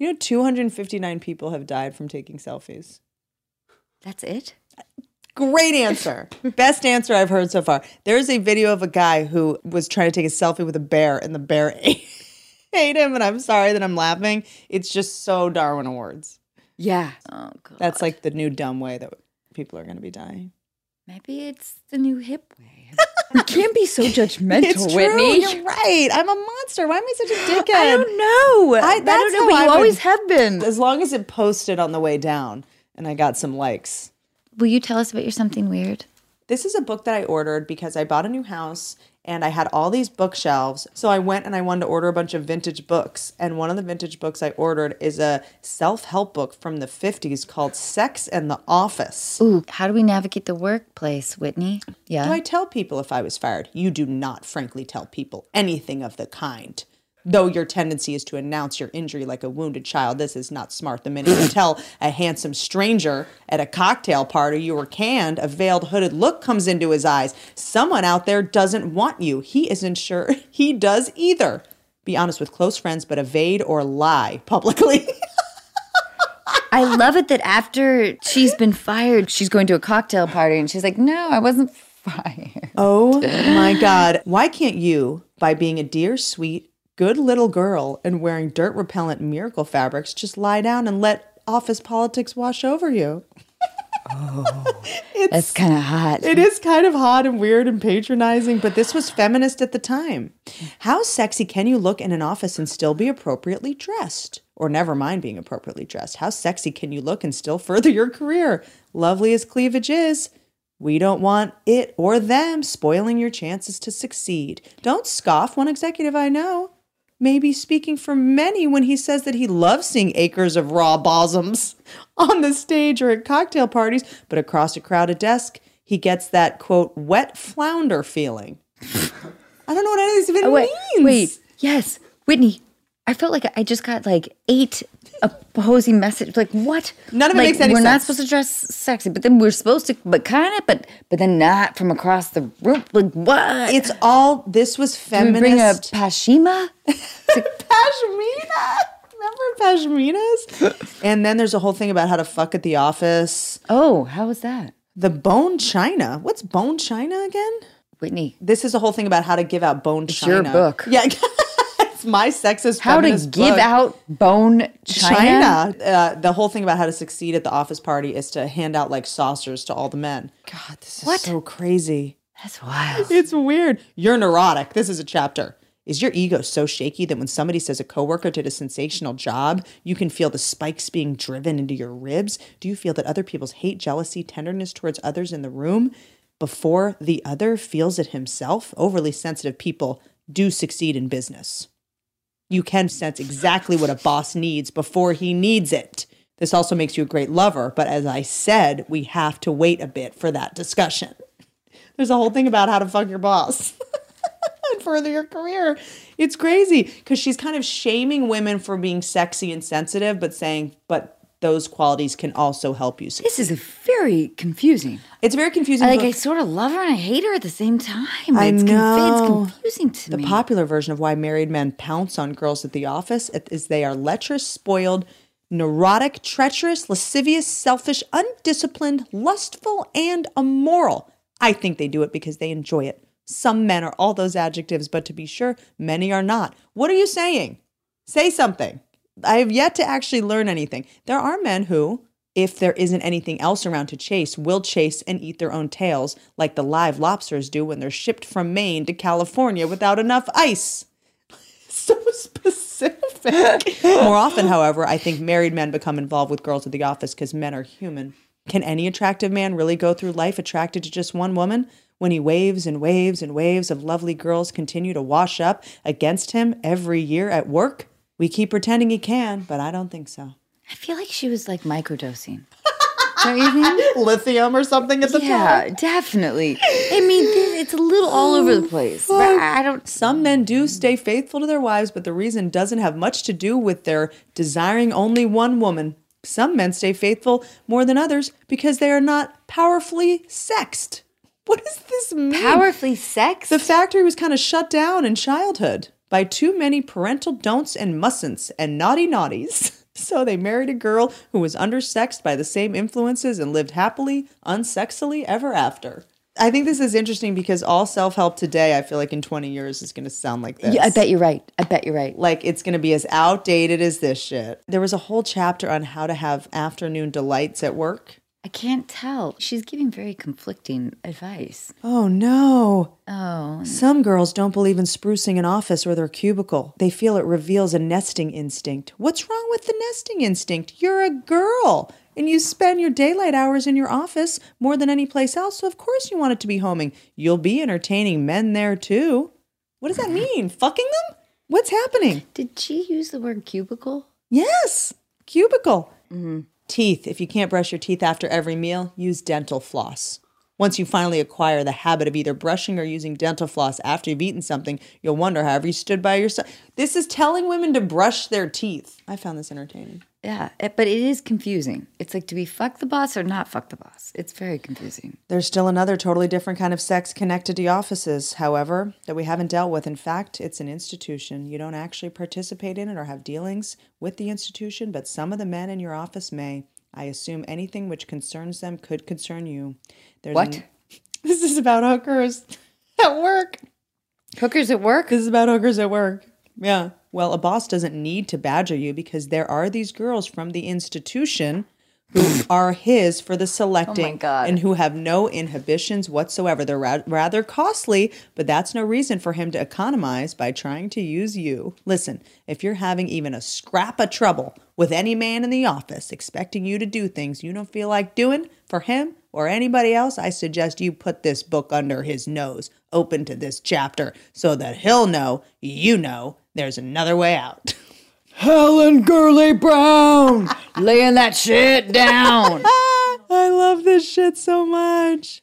Speaker 3: you know, 259 people have died from taking selfies.
Speaker 1: That's it.
Speaker 3: Great answer. Best answer I've heard so far. There's a video of a guy who was trying to take a selfie with a bear and the bear ate ate him and I'm sorry that I'm laughing. It's just so Darwin Awards.
Speaker 1: Yeah.
Speaker 4: Oh god.
Speaker 3: That's like the new dumb way that people are going to be dying.
Speaker 4: maybe it's the new hip way.
Speaker 1: You can't be so judgmental,
Speaker 3: It's true.
Speaker 1: Whitney.
Speaker 3: You're right. I'm a monster. Why am I such a dickhead?
Speaker 1: I don't know.
Speaker 3: I-
Speaker 1: I,
Speaker 3: that's
Speaker 1: don't know, but you
Speaker 3: how I would-
Speaker 1: always have been.
Speaker 3: As long as it posted on the way down and I got some likes.
Speaker 4: Will you tell us about your something weird?
Speaker 3: This is a book that I ordered because I bought a new house and I had all these bookshelves. So I went and I wanted to order a bunch of vintage books. And one of the vintage books I ordered is a self help book from the 50s called Sex and the Office.
Speaker 4: Ooh, how do we navigate the workplace, Whitney?
Speaker 3: Do
Speaker 4: Yeah.
Speaker 3: I tell people if I was fired? You do not, frankly, tell people anything of the kind. Though your tendency is to announce your injury like a wounded child, this is not smart. The minute you tell a handsome stranger at a cocktail party you were canned, a veiled hooded look comes into his eyes. Someone out there doesn't want you. He isn't sure he does either. Be honest with close friends, but evade or lie publicly.
Speaker 4: I love it that after she's been fired, she's going to a cocktail party and she's like, "No, I wasn't fired."
Speaker 3: Oh my God. Why can't you, by being a dear, sweet, good little girl and wearing dirt repellent miracle fabrics, just lie down and let office politics wash over you?
Speaker 4: That's kind of hot.
Speaker 3: It is kind of hot and weird and patronizing, but this was feminist at the time. How sexy can you look in an office and still be appropriately dressed? Or never mind being appropriately dressed. How sexy can you look and still further your career? Lovely as cleavage is, we don't want it or them spoiling your chances to succeed. Don't scoff. One executive I know may be speaking for many when he says that he loves seeing acres of raw bosoms on the stage or at cocktail parties, but across a crowded desk, he gets that quote wet flounder feeling. I don't know what any of this even
Speaker 4: Oh, wait,
Speaker 3: means.
Speaker 4: wait, yes, Whitney. I felt like I just got like eight opposing messages. Like what?
Speaker 3: None of it
Speaker 4: Like,
Speaker 3: makes any
Speaker 4: We're
Speaker 3: sense.
Speaker 4: not supposed to dress sexy, but then we're supposed to, but kind of, but but then not from across the room. Like what?
Speaker 3: It's all this was
Speaker 4: Can we
Speaker 3: feminist.
Speaker 4: bring a pashima.
Speaker 3: Pashmina. Remember pashminas? and then there's a whole thing about how to fuck at the office.
Speaker 4: Oh, how was that,
Speaker 3: The bone china. What's bone china again?
Speaker 4: Whitney?
Speaker 3: This is a whole thing about how to give out bone
Speaker 4: It's
Speaker 3: china.
Speaker 4: your book.
Speaker 3: Yeah. it's my sexist
Speaker 4: How to
Speaker 3: feminist
Speaker 4: give
Speaker 3: book.
Speaker 4: out bone china?
Speaker 3: China. Uh, the whole thing about how to succeed at the office party is to hand out like saucers to all the men. God, this is so crazy.
Speaker 4: That's wild.
Speaker 3: It's weird. You're neurotic. This is a chapter. Is your ego so shaky that when somebody says a coworker did a sensational job, you can feel the spikes being driven into your ribs? Do you feel that other people's hate, jealousy, tenderness towards others in the room before the other feels it himself? Overly sensitive people do succeed in business. You can sense exactly what a boss needs before he needs it. This also makes you a great lover, but as I said, we have to wait a bit for that discussion. There's a whole thing about how to fuck your boss and further your career. It's crazy because she's kind of shaming women for being sexy and sensitive, but saying, but those qualities can also help you.
Speaker 1: This is a very confusing.
Speaker 3: It's very confusing.
Speaker 4: I, like
Speaker 3: but-
Speaker 4: I sort of love her and I hate her at the same time.
Speaker 3: I
Speaker 4: it's,
Speaker 3: know.
Speaker 4: Conf- it's confusing to
Speaker 3: The
Speaker 4: me.
Speaker 3: popular version of why married men pounce on girls at the office is they are lecherous, spoiled, neurotic, treacherous, lascivious, selfish, undisciplined, lustful, and immoral. I think they do it because they enjoy it. Some men are all those adjectives, but to be sure, many are not. What are you saying? Say something. I have yet to actually learn anything. There are men who, if there isn't anything else around to chase, will chase and eat their own tails like the live lobsters do when they're shipped from Maine to California without enough ice. So specific. More often, however, I think married men become involved with girls at the office because men are human. Can any attractive man really go through life attracted to just one woman? When he waves and waves and waves of lovely girls continue to wash up against him every year at work? We keep pretending he can, but I don't think so.
Speaker 4: I feel like she was like microdosing. Don't you think?
Speaker 3: Lithium or something at the top.
Speaker 4: Yeah, definitely. I mean, th- it's a little all over the place. But I I don't.
Speaker 3: Some men do stay faithful to their wives, but the reason doesn't have much to do with their desiring only one woman. Some men stay faithful more than others because they are not powerfully sexed. What does this mean?
Speaker 4: Powerfully sex.
Speaker 3: The factory was kind of shut down in childhood by too many parental don'ts and mustn'ts and naughty naughties. So they married a girl who was undersexed by the same influences and lived happily, unsexily ever after. I think this is interesting because all self help today, I feel like in 20 years, is going to sound like this.
Speaker 2: Yeah, I bet you're right. I bet you're right.
Speaker 3: Like it's going to be as outdated as this shit. There was a whole chapter on how to have afternoon delights at work.
Speaker 2: I can't tell. She's giving very conflicting advice.
Speaker 3: Oh no.
Speaker 2: Oh,
Speaker 3: Some girls don't believe in sprucing an office or their cubicle. They feel it reveals a nesting instinct. What's wrong with the nesting instinct? You're a girl and you spend your daylight hours in your office more than any place else, so of course you want it to be homing. You'll be entertaining men there too. What does that mean? Fucking them? What's happening?
Speaker 2: did she use the word cubicle?
Speaker 3: Yes, cubicle. Teeth. If you can't brush your teeth after every meal, use dental floss. Once you finally acquire the habit of either brushing or using dental floss after you've eaten something, you'll wonder however you stood by yourself. This is telling women to brush their teeth. I found this entertaining.
Speaker 2: Yeah,
Speaker 1: Eh,
Speaker 2: it- but it is confusing. It's like, do we fuck the boss or not fuck the boss? It's very confusing.
Speaker 3: There's still another totally different kind of sex connected to offices, however, that we haven't dealt with. In fact, it's an institution. You don't actually participate in it or have dealings with the institution, but some of the men in your office may. I assume anything which concerns them could concern you. There's
Speaker 2: What?
Speaker 3: an- this is about hookers at work.
Speaker 2: Hookers at work?
Speaker 3: This is about hookers at work. Yeah. Well, a boss doesn't need to badger you because there are these girls from the institution who are his for the selecting
Speaker 2: God.
Speaker 3: and who have no inhibitions whatsoever. They're ra- rather costly, but that's no reason for him to economize by trying to use you. Listen, if you're having even a scrap of trouble with any man in the office expecting you to do things you don't feel like doing for him or anybody else, I suggest you put this book under his nose, open to this chapter, so that he'll know, you know, there's another way out.
Speaker 2: Helen Gurley Brown laying that shit down.
Speaker 3: I love this shit so much.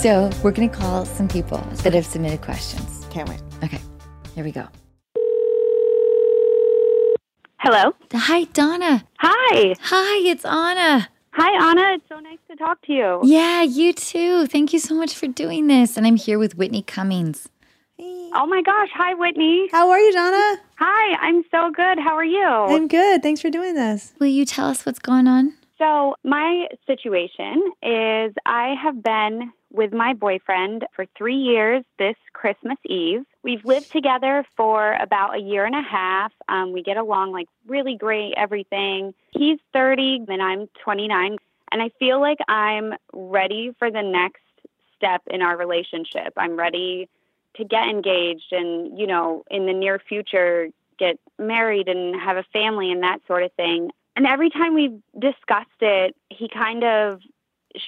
Speaker 1: So we're going to call some people that have submitted questions.
Speaker 3: Can't wait.
Speaker 1: Okay, here we go.
Speaker 5: Hello.
Speaker 1: Hi, Donna.
Speaker 5: Hi.
Speaker 1: Hi, it's Anna.
Speaker 5: Hi, Anna. It's so nice to talk to you.
Speaker 1: Yeah, you too. Thank you so much for doing this. And I'm here with Whitney Cummings.
Speaker 5: Oh my gosh. Hi, Whitney.
Speaker 3: How are you, Donna?
Speaker 5: Hi. I'm so good. How are you?
Speaker 3: I'm good. Thanks for doing this.
Speaker 1: Will you tell us what's going on?
Speaker 5: So, my situation is I have been with my boyfriend for three years this Christmas Eve. We've lived together for about a year and a half. Um, we get along like really great, everything. He's 30 and I'm 29. And I feel like I'm ready for the next step in our relationship. I'm ready to get engaged and, you know, in the near future, get married and have a family and that sort of thing. And every time we've discussed it, he kind of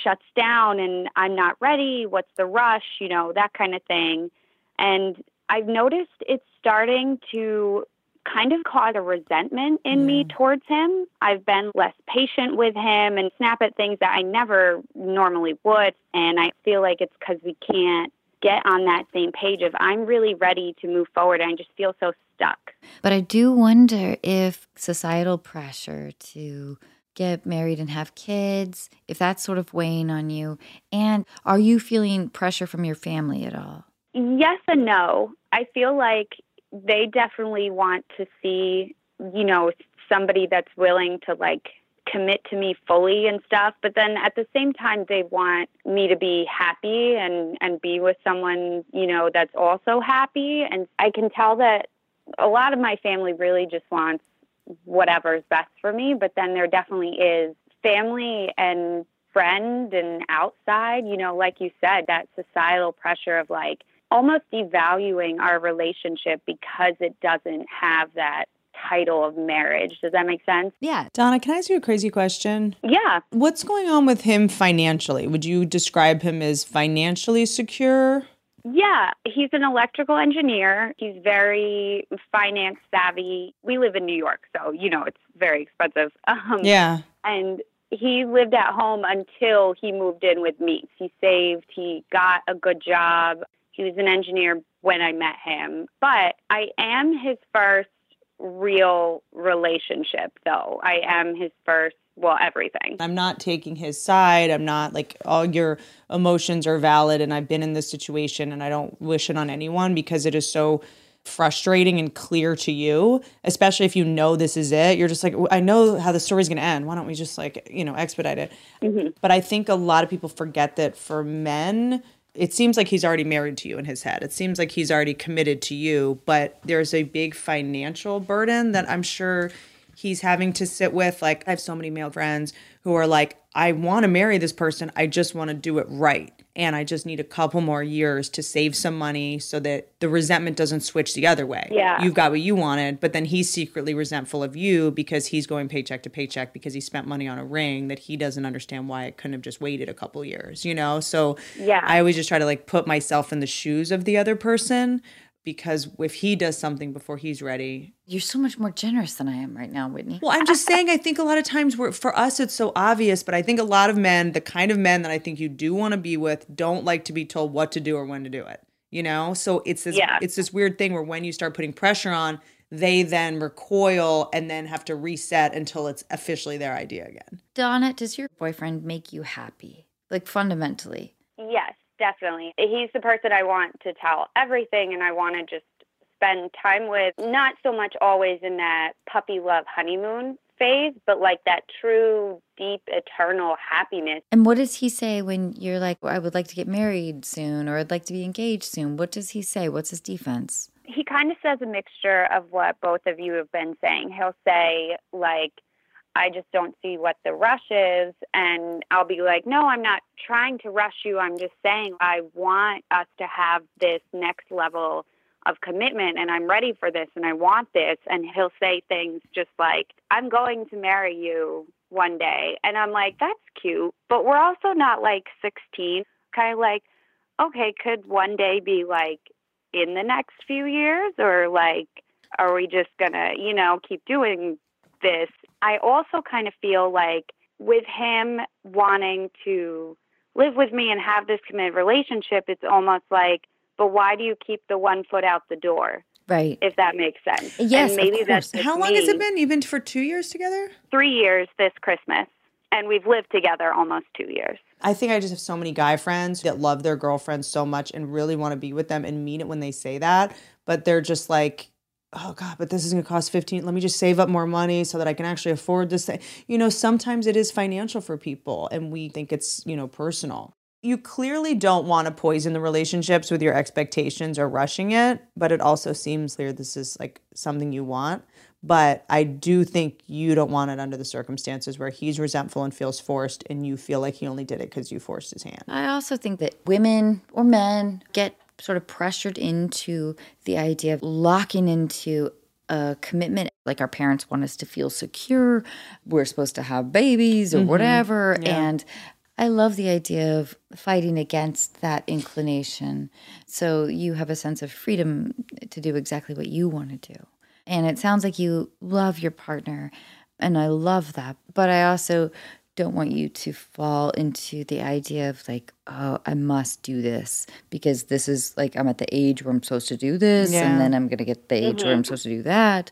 Speaker 5: shuts down and I'm not ready. What's the rush? You know, that kind of thing. And I've noticed it's starting to kind of cause a resentment in me towards him. I've been less patient with him and snap at things that I never normally would. And I feel like it's because we can't get on that same page of I'm really ready to move forward. And I just feel so stuck.
Speaker 1: But I do wonder if societal pressure to get married and have kids, if that's sort of weighing on you. And are you feeling pressure from your family at all?
Speaker 5: Yes and no. I feel like they definitely want to see, you know, somebody that's willing to like commit to me fully and stuff but then at the same time they want me to be happy and and be with someone you know that's also happy and i can tell that a lot of my family really just wants whatever's best for me but then there definitely is family and friend and outside you know like you said that societal pressure of like almost devaluing our relationship because it doesn't have that title of marriage does that make sense
Speaker 1: Yeah.
Speaker 3: Donna, can I ask you a crazy question?
Speaker 5: yeah
Speaker 3: What's going on with him financially? Would you describe him as financially secure?
Speaker 5: Yeah, he's an electrical engineer. He's very finance savvy. We live in New York, so you know it's very expensive. Um,
Speaker 3: Yeah.
Speaker 5: And he lived at home until he moved in with me. He saved. He got a good job. He was an engineer when I met him. But I am his first real relationship, though. I am his first, well, everything.
Speaker 3: I'm not taking his side. I'm not like all your emotions are valid and I've been in this situation and I don't wish it on anyone because it is so frustrating and clear to you, especially if you know this is it. You're just like, I know how the story's going to end. Why don't we just like, you know, expedite it? But I think a lot of people forget that for men, it seems like he's already married to you in his head. It seems like he's already committed to you, but there's a big financial burden that I'm sure he's having to sit with. Like, I have so many male friends who are like, I want to marry this person. I just want to do it right. And I just need a couple more years to save some money so that the resentment doesn't switch the other way.
Speaker 5: Yeah.
Speaker 3: You've got what you wanted, but then he's secretly resentful of you because he's going paycheck to paycheck because he spent money on a ring that he doesn't understand why it couldn't have just waited a couple years, you know? So
Speaker 5: Yeah.
Speaker 3: I always just try to like put myself in the shoes of the other person because if he does something before he's ready,
Speaker 1: You're so much more generous than I am right now, Whitney.
Speaker 3: well, I'm just saying, I think a lot of times we're, for us, it's so obvious, but I think a lot of men, the kind of men that I think you do want to be with, don't like to be told what to do or when to do it. You know, so it's this
Speaker 5: Yeah.
Speaker 3: it's this weird thing where when you start putting pressure on, they then recoil and then have to reset until it's officially their idea again.
Speaker 1: Donna, does your boyfriend make you happy? Like fundamentally?
Speaker 5: Yes, definitely. He's the person I want to tell everything and I want to just spend time with, not so much always in that puppy love honeymoon phase, but like that true, deep, eternal happiness.
Speaker 1: And what does he say when you're like, "Well, I would like to get married soon or I'd like to be engaged soon? What does he say? What's his defense?
Speaker 5: He kind of says a mixture of what both of you have been saying. He'll say, like, I just don't see what the rush is. And I'll be like, no, I'm not trying to rush you. I'm just saying I want us to have this next level of commitment and I'm ready for this and I want this. And he'll say things just like, I'm going to marry you one day. And I'm like, that's cute. But we're also not like 16. Kind of like, okay, could one day be like in the next few years or like, are we just going to, you know, keep doing this. I also kind of feel like with him wanting to live with me and have this committed relationship, it's almost like, but why do you keep the one foot out the door?
Speaker 1: Right.
Speaker 5: If that makes sense.
Speaker 1: Yes, of
Speaker 5: and maybe
Speaker 1: course.
Speaker 5: that's just
Speaker 3: How long has
Speaker 5: me.
Speaker 3: it been? You've been for two years together?
Speaker 5: Three years this Christmas, and we've lived together almost two years.
Speaker 3: I think I just have so many guy friends that love their girlfriends so much and really want to be with them and mean it when they say that, but they're just like, oh God, but this is going to cost 15. Let me just save up more money so that I can actually afford this thing. You know, sometimes it is financial for people and we think it's, you know, personal. You clearly don't want to poison the relationships with your expectations or rushing it, but it also seems clear this is like something you want. But I do think you don't want it under the circumstances where he's resentful and feels forced, and you feel like he only did it because you forced his hand.
Speaker 1: I also think that women or men get sort of pressured into the idea of locking into a commitment. Like our parents want us to feel secure, we're supposed to have babies or whatever. And I love the idea of fighting against that inclination. So you have a sense of freedom to do exactly what you want to do. And it sounds like you love your partner. And I love that. But I also don't want you to fall into the idea of like, oh, I must do this because this is like I'm at the age where I'm supposed to do this.
Speaker 3: Yeah.
Speaker 1: And then I'm going to get the age where
Speaker 5: Mm-hmm.
Speaker 1: I'm supposed to do that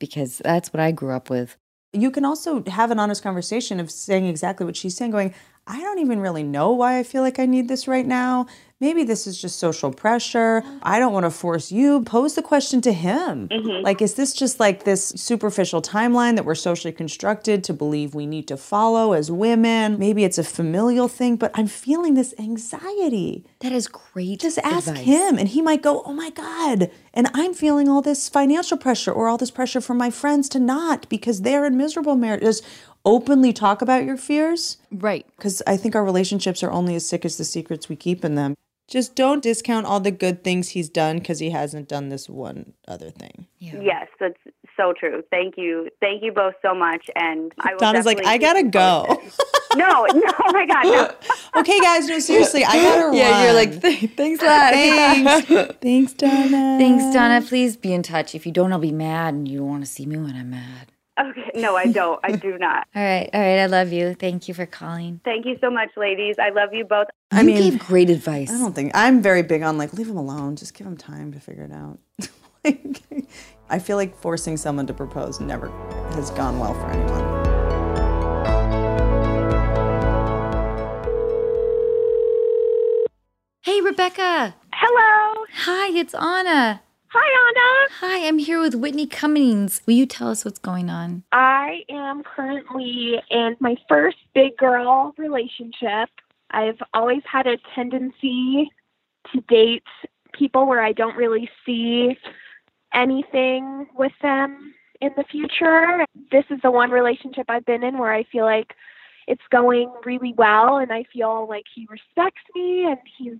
Speaker 1: because that's what I grew up with.
Speaker 3: You can also have an honest conversation of saying exactly what she's saying, going, I don't even really know why I feel like I need this right now. Maybe this is just social pressure. I don't want to force you. Pose the question to him. Like, is this just like this superficial timeline that we're socially constructed to believe we need to follow as women? Maybe it's a familial thing, but I'm feeling this anxiety.
Speaker 1: That is great.
Speaker 3: Just ask
Speaker 1: advice.
Speaker 3: him, and he might go, Oh my God. And I'm feeling all this financial pressure or all this pressure from my friends to not because they're in miserable marriages. Openly talk about your fears
Speaker 1: Right.
Speaker 3: because I think our relationships are only as sick as the secrets we keep in them. Just don't discount all the good things he's done because he hasn't done this one other thing.
Speaker 5: Yes, that's so true. Thank you. Thank you both so much. And I will
Speaker 3: Donna's like,
Speaker 5: definitely
Speaker 3: I
Speaker 5: keep
Speaker 3: gotta
Speaker 5: you
Speaker 3: go.
Speaker 5: posted. no, no, oh my God. No.
Speaker 3: okay, guys, no, seriously, I gotta
Speaker 1: Yeah,
Speaker 3: run.
Speaker 1: you're like, "Th- thanks, lad.
Speaker 3: thanks, thanks, Donna.
Speaker 1: Thanks, Donna. Please be in touch. If you don't, I'll be mad, and you don't want to see me when I'm mad.
Speaker 5: Okay. No, I don't. I do not.
Speaker 1: All right, all right. I love you. Thank you for calling.
Speaker 5: Thank you so much, ladies. I love you both.
Speaker 3: I
Speaker 1: you
Speaker 3: mean,
Speaker 1: gave great advice.
Speaker 3: I don't think I'm very big on like leave him alone. Just give him time to figure it out. like, I feel like forcing someone to propose never has gone well for anyone.
Speaker 1: Hey, Rebecca.
Speaker 5: Hello.
Speaker 1: Hi, it's Anna.
Speaker 5: Hi, Anna.
Speaker 1: Hi, I'm here with Whitney Cummings. Will you tell us what's going on?
Speaker 6: I am currently in my first big girl relationship. I've always had a tendency to date people where I don't really see anything with them in the future. This is the one relationship I've been in where I feel like it's going really well and I feel like he respects me and he's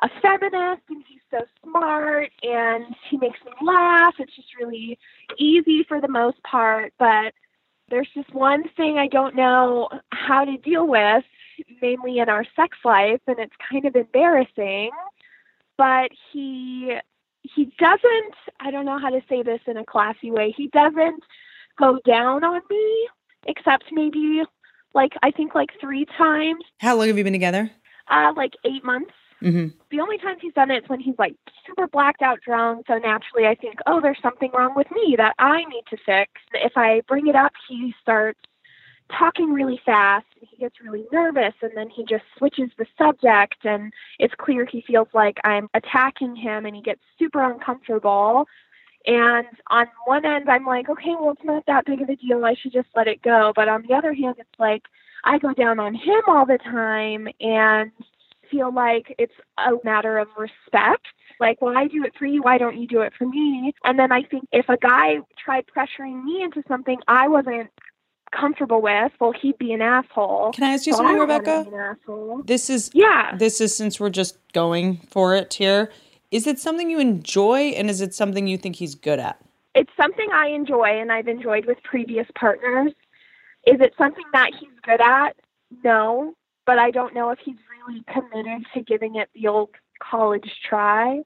Speaker 6: a feminist and he's so smart and he makes me laugh. It's just really easy for the most part, but there's just one thing I don't know how to deal with, mainly in our sex life, and it's kind of embarrassing. But he he doesn't I don't know how to say this in a classy way. He doesn't go down on me except maybe like I think like 3 times
Speaker 3: How long have you been together?
Speaker 6: uh like 8 months
Speaker 3: Mm-hmm.
Speaker 6: the only times he's done it is when he's like super blacked out drunk. So naturally, I think, oh, there's something wrong with me that I need to fix. If I bring it up, he starts talking really fast. and He gets really nervous and then he just switches the subject. And it's clear he feels like I'm attacking him and he gets super uncomfortable. And on one end, I'm like, okay, well, it's not that big of a deal. I should just let it go. But on the other hand, it's like I go down on him all the time. And feel like it's a matter of respect. Like, well, I do it for you. Why don't you do it for me? And then I think if a guy tried pressuring me into something I wasn't comfortable with, well, he'd be an asshole.
Speaker 3: Can I ask you
Speaker 6: So I
Speaker 3: something,
Speaker 6: don't wanna
Speaker 3: Rebecca?
Speaker 6: be an asshole.
Speaker 3: This is
Speaker 6: Yeah.
Speaker 3: This is since we're just going for it here. Is it something you enjoy and is it something you think he's good at?
Speaker 6: It's something I enjoy and I've enjoyed with previous partners. Is it something that he's good at? No, but I don't know if he's really committed to giving it the old college try.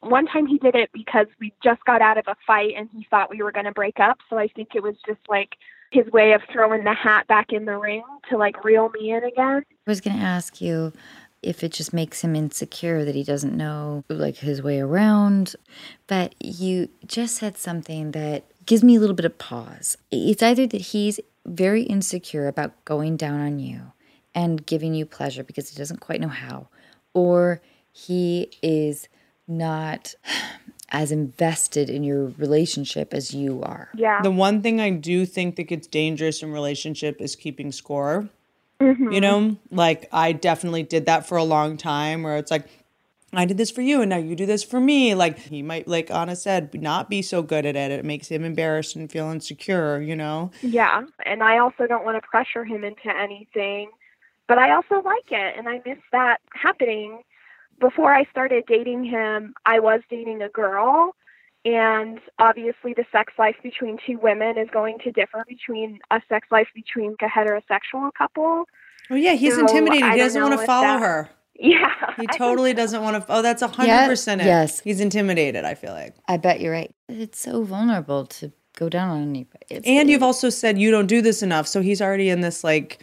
Speaker 6: One time he did it because we just got out of a fight and he thought we were going to break up. So I think it was just like his way of throwing the hat back in the ring to like reel me in again.
Speaker 1: I was going to ask you if it just makes him insecure that he doesn't know like his way around, but you just said something that gives me a little bit of pause. It's either that he's very insecure about going down on you and giving you pleasure because he doesn't quite know how, or he is not as invested in your relationship as you are.
Speaker 6: Yeah.
Speaker 3: The one thing I do think that gets dangerous in relationship is keeping score.
Speaker 6: Mm-hmm.
Speaker 3: You know, like I definitely did that for a long time where it's like I did this for you and now you do this for me. Like he might like Anna said not be so good at it. It makes him embarrassed and feel insecure, you know.
Speaker 6: Yeah, and I also don't want to pressure him into anything, but I also like it, and I miss that happening. Before I started dating him, I was dating a girl, and obviously the sex life between two women is going to differ between a sex life between a heterosexual couple.
Speaker 3: Oh yeah, he's
Speaker 6: No,
Speaker 3: intimidated.
Speaker 6: I
Speaker 3: He
Speaker 6: don't
Speaker 3: doesn't want
Speaker 6: know
Speaker 3: to
Speaker 6: if
Speaker 3: follow
Speaker 6: that-
Speaker 3: her.
Speaker 6: Yeah,
Speaker 3: He totally doesn't want to. Oh, that's a hundred
Speaker 1: Yeah,
Speaker 3: percent. it.
Speaker 1: yes.
Speaker 3: he's intimidated. I feel like.
Speaker 1: I bet you're right. It's so vulnerable to go down on anybody. It's-
Speaker 3: And you've also said you don't do this enough, so he's already in this like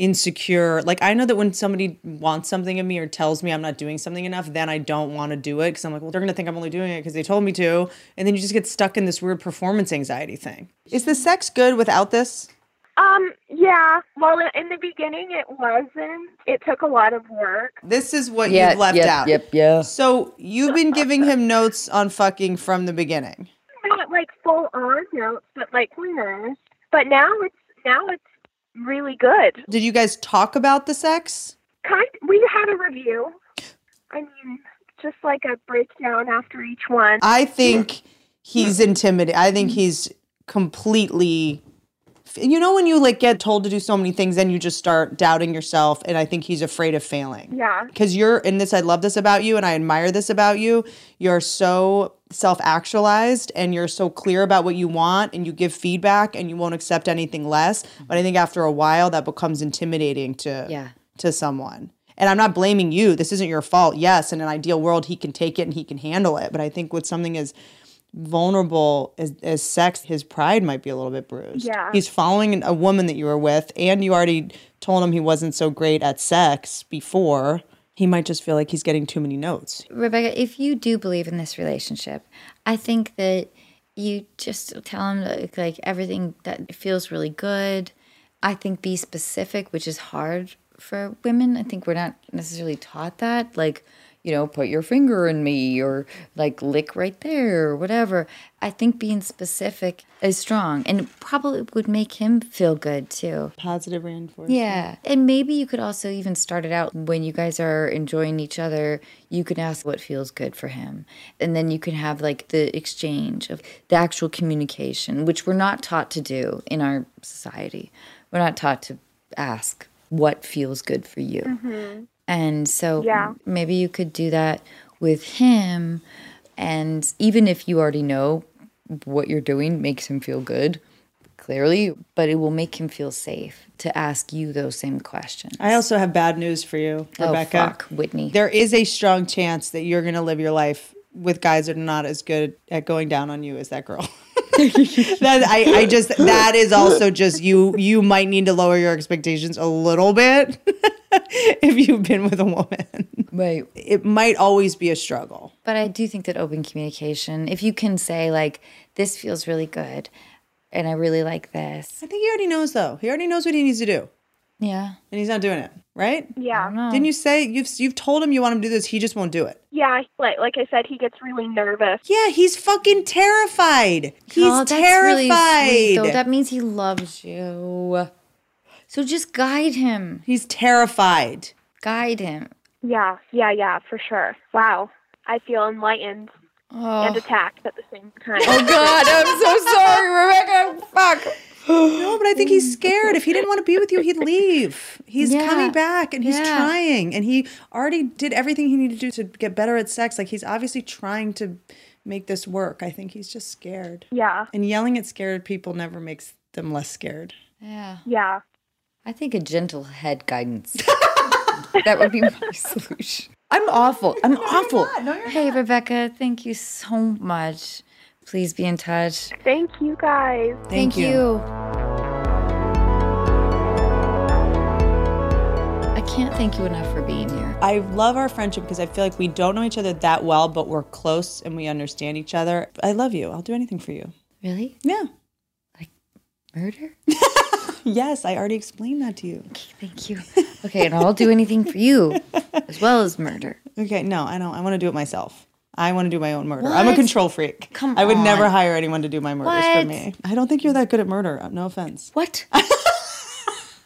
Speaker 3: insecure. Like I know that when somebody wants something of me or tells me I'm not doing something enough, then I don't want to do it because I'm like, well, they're gonna think I'm only doing it because they told me to, and then you just get stuck in this weird performance anxiety thing. Is the sex good without this?
Speaker 6: Um, yeah. Well, in the beginning, it wasn't. It took a lot of work.
Speaker 3: This is what
Speaker 1: Yeah,
Speaker 3: you've left
Speaker 1: yep,
Speaker 3: out.
Speaker 1: Yep, yeah.
Speaker 3: So you've been giving him notes on fucking from the beginning.
Speaker 6: Not like full on notes, but like pointers. But now it's now it's really good.
Speaker 3: Did you guys talk about the sex?
Speaker 6: Kind. We had a review. I mean, just like a breakdown after each one.
Speaker 3: I think he's intimidated. I think he's completely. You know when you like get told to do so many things, then you just start doubting yourself, and I think he's afraid of failing.
Speaker 6: Yeah.
Speaker 3: because you're in this i love this about you and i admire this about you you're so self-actualized and you're so clear about what you want and you give feedback and you won't accept anything less but i think after a while that becomes intimidating to
Speaker 1: Yeah.
Speaker 3: to someone and i'm not blaming you this isn't your fault yes in an ideal world he can take it and he can handle it but i think with something as vulnerable as, as sex his pride might be a little bit bruised
Speaker 6: Yeah.
Speaker 3: he's following an- a woman that you were with and you already told him he wasn't so great at sex before he might just feel like he's getting too many notes
Speaker 1: Rebecca, if you do believe in this relationship, I think that you just tell him like, like everything that feels really good. I think be specific, which is hard for women. I think we're not necessarily taught that. Like, you know, put your finger in me or like lick right there or whatever. I think being specific is strong and probably would make him feel good too.
Speaker 3: positive reinforcement
Speaker 1: Yeah. And maybe you could also even start it out when you guys are enjoying each other, you can ask what feels good for him. And then you can have like the exchange of the actual communication, which we're not taught to do in our society. We're not taught to ask what feels good for you. And so
Speaker 6: Yeah.
Speaker 1: maybe you could do that with him. And even if you already know what you're doing makes him feel good, clearly, but it will make him feel safe to ask you those same questions.
Speaker 3: i also have bad news for you rebecca
Speaker 1: Oh, fuck, Whitney.
Speaker 3: there is a strong chance that you're going to live your life with guys that are not as good at going down on you as that girl. that I, I just that is also just you you might need to lower your expectations a little bit if you've been with a woman.
Speaker 1: Right.
Speaker 3: It might always be a struggle.
Speaker 1: But I do think that open communication, if you can say, like, this feels really good and I really like this.
Speaker 3: I think he already knows though. He already knows what he needs to do,
Speaker 1: Yeah.
Speaker 3: and he's not doing it, right?
Speaker 6: Yeah.
Speaker 3: Didn't you say you've you've told him you want him to do this? He just won't do it.
Speaker 6: Yeah. Like like I said, he gets really nervous.
Speaker 3: Yeah, he's fucking terrified. He's
Speaker 1: Oh, that's really
Speaker 3: terrified.
Speaker 1: sweet, though. that means he loves you. So just guide him.
Speaker 3: he's terrified.
Speaker 1: Guide him.
Speaker 6: Yeah. Yeah. Yeah. For sure. Wow. I feel enlightened and attacked at the same time.
Speaker 1: Oh, God, I'm so sorry, Rebecca. Fuck.
Speaker 3: No, but I think he's scared. If he didn't want to be with you, he'd leave. He's
Speaker 1: Yeah.
Speaker 3: coming back and he's
Speaker 1: Yeah.
Speaker 3: trying. And he already did everything he needed to do to get better at sex. Like he's obviously trying to make this work. I think he's just scared.
Speaker 6: yeah.
Speaker 3: And yelling at scared people never makes them less scared.
Speaker 1: Yeah.
Speaker 6: Yeah.
Speaker 1: I think a gentle head guidance. that would be my solution. I'm awful. I'm awful. hey, Rebecca, thank you so much. Please be in touch.
Speaker 6: Thank you guys.
Speaker 3: Thank, you.
Speaker 1: I can't thank you enough for being here.
Speaker 3: I love our friendship because I feel like we don't know each other that well, but we're close and we understand each other. I love you. I'll do anything for you.
Speaker 1: Really?
Speaker 3: Yeah.
Speaker 1: Murder?
Speaker 3: Yes, I already explained that to you.
Speaker 1: Okay, thank you. Okay, and I'll do anything for you as well as murder.
Speaker 3: Okay, no, I don't. I want to do it myself. I want to do my own murder. I'm a
Speaker 1: What?
Speaker 3: control freak.
Speaker 1: Come
Speaker 3: I would never
Speaker 1: on.
Speaker 3: hire anyone to do my murders for
Speaker 1: What?
Speaker 3: me. I don't think you're that good at murder. uh, No offense.
Speaker 1: What?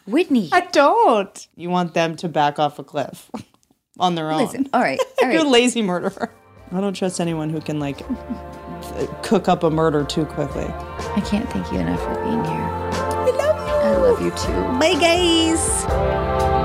Speaker 1: Whitney.
Speaker 3: I don't. You want them to back off a cliff on their own.
Speaker 1: Listen, all right, all
Speaker 3: You're a
Speaker 1: right.
Speaker 3: lazy murderer. I don't trust anyone who can like th- cook up a murder too quickly.
Speaker 1: I can't thank you enough for being here. I love you. I love you too.
Speaker 3: Bye guys.